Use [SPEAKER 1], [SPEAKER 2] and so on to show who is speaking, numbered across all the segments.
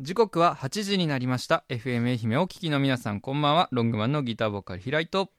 [SPEAKER 1] 時刻は8時になりました FM 愛媛をお聞きの皆さんこんばんはロングマンのギターボーカル平井と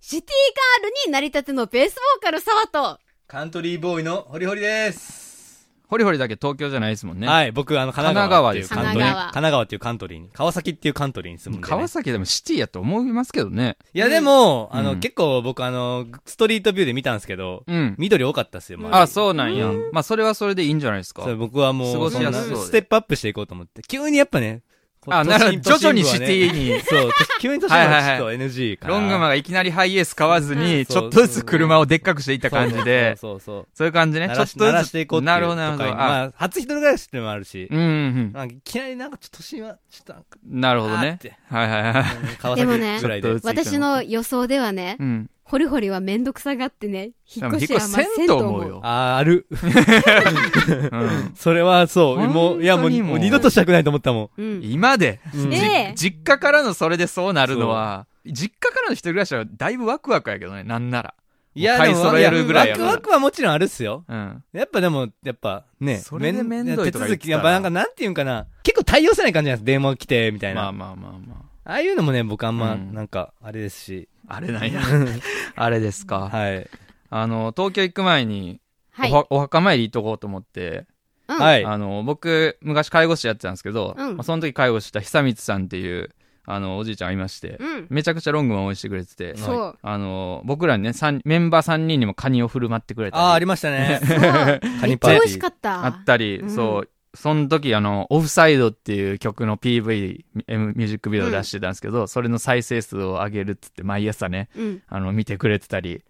[SPEAKER 2] シティガールになりたてのベースボーカル沢と、
[SPEAKER 3] カントリーボーイのホリホリです。
[SPEAKER 1] ホリホリだけ東京じゃないですもんね、
[SPEAKER 4] はい、僕、あの、神奈川っていうカントリー、
[SPEAKER 2] 神
[SPEAKER 4] 神
[SPEAKER 2] 奈川
[SPEAKER 4] 奈川っていうカントリーに、川崎っていうカントリーに住むんで、ね。
[SPEAKER 1] 川崎でもシティやと思いますけどね
[SPEAKER 4] いや、でも、
[SPEAKER 1] うん
[SPEAKER 4] あの、
[SPEAKER 1] うん
[SPEAKER 4] 結構僕、あの、ストリートビューで見たんですけど、
[SPEAKER 1] うん
[SPEAKER 4] 緑多かったっすよ、周り
[SPEAKER 1] あそうなんやまあそれはそれでいいんじゃないですか
[SPEAKER 4] それ僕はも
[SPEAKER 1] 過
[SPEAKER 4] う、
[SPEAKER 1] ご
[SPEAKER 4] そ
[SPEAKER 1] し
[SPEAKER 4] ん
[SPEAKER 1] や
[SPEAKER 4] な
[SPEAKER 1] すそうで
[SPEAKER 4] ステップアップしていこうと思って。急にやっぱね、こう
[SPEAKER 1] あなるほど
[SPEAKER 4] 都心
[SPEAKER 1] 徐々に
[SPEAKER 4] 都心部はね
[SPEAKER 1] シティ に
[SPEAKER 4] そう、急に都心部はちょっと NG かな。
[SPEAKER 1] ロングマンがいきなりハイエース買わずに、ち
[SPEAKER 4] そう
[SPEAKER 1] ょっとずつ車をでっかくしていった感じで、
[SPEAKER 4] そうそうそう
[SPEAKER 1] そういう感じね。
[SPEAKER 4] そ
[SPEAKER 1] ちょ
[SPEAKER 4] う。鳴
[SPEAKER 1] っと
[SPEAKER 4] ら
[SPEAKER 1] ず
[SPEAKER 4] し
[SPEAKER 1] つ。
[SPEAKER 4] 鳴らしていこうっていう。
[SPEAKER 1] なるほど、なるほど。
[SPEAKER 4] 都会に
[SPEAKER 1] あ
[SPEAKER 4] まあ、初一人暮らしっていうのもあるし
[SPEAKER 1] う、んうん
[SPEAKER 4] なんかいきなりなんかちょっと都心は、ちょっとなんか、
[SPEAKER 1] うん。なるほど
[SPEAKER 4] あー
[SPEAKER 1] ね
[SPEAKER 4] って。
[SPEAKER 1] はいはいはい。
[SPEAKER 4] 川
[SPEAKER 2] で
[SPEAKER 4] 崎
[SPEAKER 2] もね
[SPEAKER 4] ぐらい
[SPEAKER 1] ちょ
[SPEAKER 4] で
[SPEAKER 1] っ。と
[SPEAKER 2] 私の予想ではね
[SPEAKER 1] う、ん。
[SPEAKER 2] ホリホリはめんどくさがってね、引
[SPEAKER 1] 多
[SPEAKER 2] っ
[SPEAKER 1] 分
[SPEAKER 2] 越
[SPEAKER 1] 引
[SPEAKER 2] し
[SPEAKER 1] っ越
[SPEAKER 2] は
[SPEAKER 1] し
[SPEAKER 2] まあ
[SPEAKER 1] せんと思う。よ。
[SPEAKER 4] あー、ある。
[SPEAKER 1] うん
[SPEAKER 4] それはそう。
[SPEAKER 1] 本当
[SPEAKER 4] も
[SPEAKER 1] に
[SPEAKER 4] う、いやもう、
[SPEAKER 1] もう
[SPEAKER 4] もう二度としたくないと思ったも
[SPEAKER 2] うん。
[SPEAKER 1] 今で、
[SPEAKER 4] ん。うん
[SPEAKER 2] ええ
[SPEAKER 1] 実家からのそれでそうなるのは、実家からの一人暮らしはだいぶワクワクやけどね、なんなら。
[SPEAKER 4] いや、
[SPEAKER 1] 買い
[SPEAKER 4] でも
[SPEAKER 1] 揃えるぐらいやか
[SPEAKER 4] ワク
[SPEAKER 1] ら
[SPEAKER 4] ワクはもちろんあるっすよ。
[SPEAKER 1] うん。
[SPEAKER 4] やっぱでも、やっぱね、
[SPEAKER 1] それで面倒いとか言ってた
[SPEAKER 4] 手続
[SPEAKER 1] ら
[SPEAKER 4] き、やっぱなんかなんていうんかな、結構対応せない感じなんです、電話来て、みたいな。
[SPEAKER 1] まあ
[SPEAKER 4] あ
[SPEAKER 1] まあまあま
[SPEAKER 4] あいうのもね、僕あんま、
[SPEAKER 1] うん
[SPEAKER 4] なんか、あれですし、
[SPEAKER 1] あ。あれなんや。 あれですか。
[SPEAKER 4] はい。
[SPEAKER 1] あの、東京行く前に、お
[SPEAKER 2] はい。
[SPEAKER 1] はお墓参り行っとこうと思って、
[SPEAKER 2] うん
[SPEAKER 4] はい。
[SPEAKER 1] あの僕昔介護士やってたんですけど、
[SPEAKER 2] うん
[SPEAKER 1] まあ、その時介護した久光さんっていうあのおじいちゃんがいまして、
[SPEAKER 2] うん。
[SPEAKER 1] めちゃくちゃロングマン応援してくれてて、
[SPEAKER 2] そう。
[SPEAKER 1] あの僕らにね三メンバー3人にもカニを振る舞ってくれたり
[SPEAKER 4] ああ、ありましたね。
[SPEAKER 2] そう
[SPEAKER 4] カ
[SPEAKER 2] めっち
[SPEAKER 4] ニパー
[SPEAKER 2] ゃ
[SPEAKER 4] ティー
[SPEAKER 2] 美味しかっ
[SPEAKER 1] あ
[SPEAKER 2] た
[SPEAKER 1] っ。たり、
[SPEAKER 2] うん
[SPEAKER 1] そうその時あの「オフサイド」っていう曲の PV ミミュージックビデオ出してたんですけど、それの再生数を上げるっつって毎朝ね
[SPEAKER 2] うん。
[SPEAKER 1] あの見てくれてたり、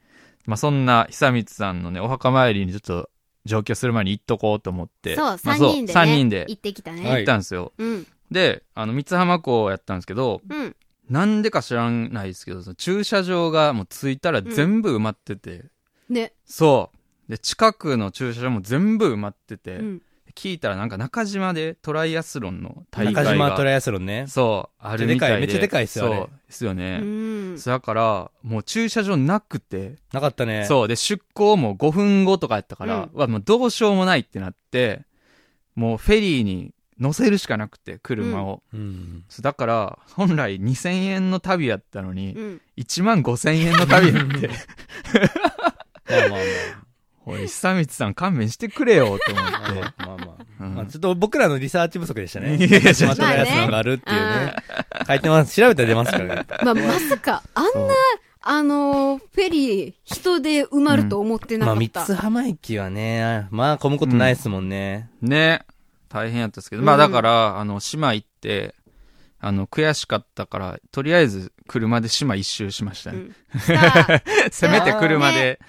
[SPEAKER 1] まあ、そんな久光さんのねお墓参りにちょっと上京する前に行っとこうと思って
[SPEAKER 2] そう、
[SPEAKER 1] まあ
[SPEAKER 2] 3人でね。
[SPEAKER 1] そう三人で
[SPEAKER 2] 行ってきた
[SPEAKER 4] は
[SPEAKER 2] ね。
[SPEAKER 1] 行ったんですよ、
[SPEAKER 2] うん。
[SPEAKER 1] で、あの、三津浜港やったんですけど、
[SPEAKER 2] うん。
[SPEAKER 1] なんでか知らないですけど、その駐車場がもう着いたら全部埋まってて、
[SPEAKER 2] ね。
[SPEAKER 1] そう。で、近くの駐車場も全部埋まってて、
[SPEAKER 2] うん。
[SPEAKER 1] 聞いたらなんか中島でトライアスロンの 大会が
[SPEAKER 4] 中島トライアスロンね。
[SPEAKER 1] そう、あるみたいで。
[SPEAKER 4] めっちゃでかいめっちゃでかいっすよあれ
[SPEAKER 1] そう、ですよ
[SPEAKER 2] う
[SPEAKER 1] ね。
[SPEAKER 2] ん。
[SPEAKER 1] そうだから、もう駐車場なくて、
[SPEAKER 4] なかったね。
[SPEAKER 1] そう、で、出港も5分後とかやったから、
[SPEAKER 2] うん
[SPEAKER 1] うわもうどうしようもないってなって、もうフェリーに乗せるしかなくて、車を。
[SPEAKER 4] う。ん。
[SPEAKER 1] そうだから本来2000円の旅やったのに
[SPEAKER 2] うん。
[SPEAKER 1] 1万5000円の旅や って
[SPEAKER 4] まあまあ
[SPEAKER 1] おい久光さん勘弁してくれよと思
[SPEAKER 4] まあ。
[SPEAKER 1] っ
[SPEAKER 4] まあまあまあ。
[SPEAKER 1] うん
[SPEAKER 4] まあちょっと僕らのリサーチ不足でしたね。
[SPEAKER 1] いやいや
[SPEAKER 4] 中島トライアスロンがあるっていう
[SPEAKER 2] まあね
[SPEAKER 4] ね。書いてます。調べたら出ますからね。
[SPEAKER 2] まあ、まさか、あんな、あのー、フェリー、人で埋まると思ってな
[SPEAKER 4] ま
[SPEAKER 2] か
[SPEAKER 4] あ、
[SPEAKER 2] っ
[SPEAKER 4] 三
[SPEAKER 2] た。
[SPEAKER 4] つ浜駅はね、まあ、混むことないですもんね。
[SPEAKER 1] てね大変やったですけどまあだからあの島行ってあの悔しかったからとりあえず車で島一周しましたね
[SPEAKER 2] さあ車が
[SPEAKER 1] せめて車で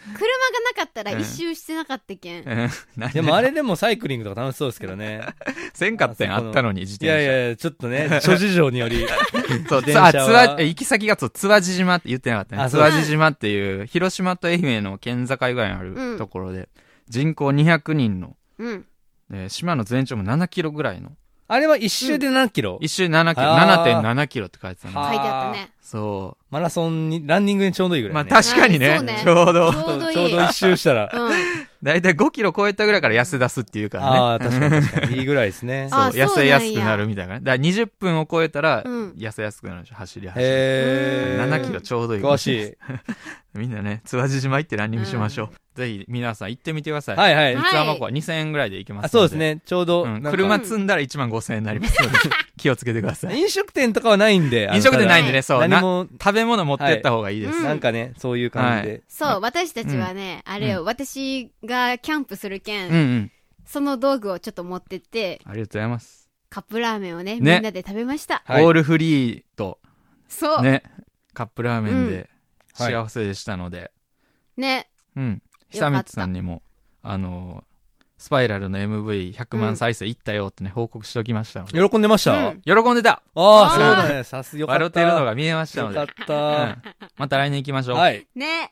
[SPEAKER 2] なかったら一周してなかったけ ん。
[SPEAKER 1] うん
[SPEAKER 4] でもあれでもサイクリングとか楽しそうですけど ね。
[SPEAKER 1] せんかったんあったのに自
[SPEAKER 4] い
[SPEAKER 1] 転車
[SPEAKER 4] やいやいや、ちょっとね、諸事情に より。
[SPEAKER 1] そう、
[SPEAKER 4] 自
[SPEAKER 1] つ
[SPEAKER 4] 転
[SPEAKER 1] あ、
[SPEAKER 4] 車
[SPEAKER 1] つ
[SPEAKER 4] は
[SPEAKER 1] わ、え行き先がそう、つわじ島って言ってなかったね。
[SPEAKER 4] あ
[SPEAKER 1] つ
[SPEAKER 4] そうで
[SPEAKER 1] わ
[SPEAKER 4] す
[SPEAKER 1] じ島っていう、広島と愛媛の県境ぐらいにあ
[SPEAKER 2] う
[SPEAKER 1] る
[SPEAKER 2] ん
[SPEAKER 1] ところで、人口200人の、
[SPEAKER 2] うん。
[SPEAKER 1] えー島の全長も7キロぐらいの、
[SPEAKER 4] あれは一周で何キロ、
[SPEAKER 1] 一周7キロ、
[SPEAKER 4] あー
[SPEAKER 1] 7.7キロって書いてた
[SPEAKER 4] は
[SPEAKER 1] ね。
[SPEAKER 2] 書いてあったね。
[SPEAKER 1] そ
[SPEAKER 4] マラソンに、ランニングにちょうどいいぐ
[SPEAKER 1] う。
[SPEAKER 4] ら
[SPEAKER 1] ま
[SPEAKER 4] い、ね。
[SPEAKER 1] あ確かにね
[SPEAKER 2] そうね、
[SPEAKER 1] ちょう
[SPEAKER 2] ちょ
[SPEAKER 1] ど、
[SPEAKER 2] うどいい。
[SPEAKER 4] ちょうど一周し たら。
[SPEAKER 2] うん。
[SPEAKER 1] だいたい5キロ超えたぐらいから痩せ出すっていうからね。
[SPEAKER 4] ああ、確かに確かに。いいぐらいですね。
[SPEAKER 1] そう
[SPEAKER 2] あー
[SPEAKER 1] 痩
[SPEAKER 2] そうなん
[SPEAKER 1] せ
[SPEAKER 2] や
[SPEAKER 1] やすくなるみたいなね。だから20分を超えたら、
[SPEAKER 2] うん
[SPEAKER 1] 痩せやすくなるでしょ、走り走り。
[SPEAKER 4] へー。
[SPEAKER 1] 7キロちょうどいい。
[SPEAKER 4] 詳しい。
[SPEAKER 1] みんなね、つわじ島行ってランニングしましょう。ぜひ皆さん行ってみてください。
[SPEAKER 4] はいはい。
[SPEAKER 2] は
[SPEAKER 1] 三
[SPEAKER 2] い
[SPEAKER 1] 浜湖は2000円ぐらいで行けますの
[SPEAKER 4] あそうです。ね。ちょうど、
[SPEAKER 1] う
[SPEAKER 4] なん
[SPEAKER 1] ん、
[SPEAKER 4] か
[SPEAKER 1] 車積んだら1万5000円になります ので、気をつけてください。
[SPEAKER 4] 飲食店とかはないんで。あの
[SPEAKER 1] 飲食店ないんで
[SPEAKER 4] た
[SPEAKER 1] ね、
[SPEAKER 4] だ
[SPEAKER 1] そう、な
[SPEAKER 4] 何も、
[SPEAKER 1] 食べ物持ってった方がいいです。
[SPEAKER 2] うん
[SPEAKER 4] なんかね、そういう感じで。
[SPEAKER 2] そう、私たちはね、あれよ、私がキャンプするけ
[SPEAKER 1] うん
[SPEAKER 2] ん、
[SPEAKER 1] うん。
[SPEAKER 2] その道具をちょっと持ってって、
[SPEAKER 1] ありがとうございます。
[SPEAKER 2] カップラーメンをね、
[SPEAKER 1] ね
[SPEAKER 2] みんなで食べました。
[SPEAKER 4] はい
[SPEAKER 1] オールフリーと、
[SPEAKER 2] そう。ね。
[SPEAKER 1] ね、カップラーメン
[SPEAKER 2] う
[SPEAKER 1] で
[SPEAKER 4] はい
[SPEAKER 1] 幸せでしたので、うん。
[SPEAKER 2] よ
[SPEAKER 1] 久
[SPEAKER 2] かった
[SPEAKER 1] 光さんにも、あのー、スパイラルの MV100 万再生いったよってね、報告しておきましたので。
[SPEAKER 4] 喜んでました、
[SPEAKER 2] うん
[SPEAKER 1] 喜んでた
[SPEAKER 4] ああ、そうだね。さすよかった。
[SPEAKER 1] 笑ってるのが見えましたので
[SPEAKER 4] よ。かった。
[SPEAKER 1] うんまた来年行きましょう。
[SPEAKER 4] はい。
[SPEAKER 2] ね。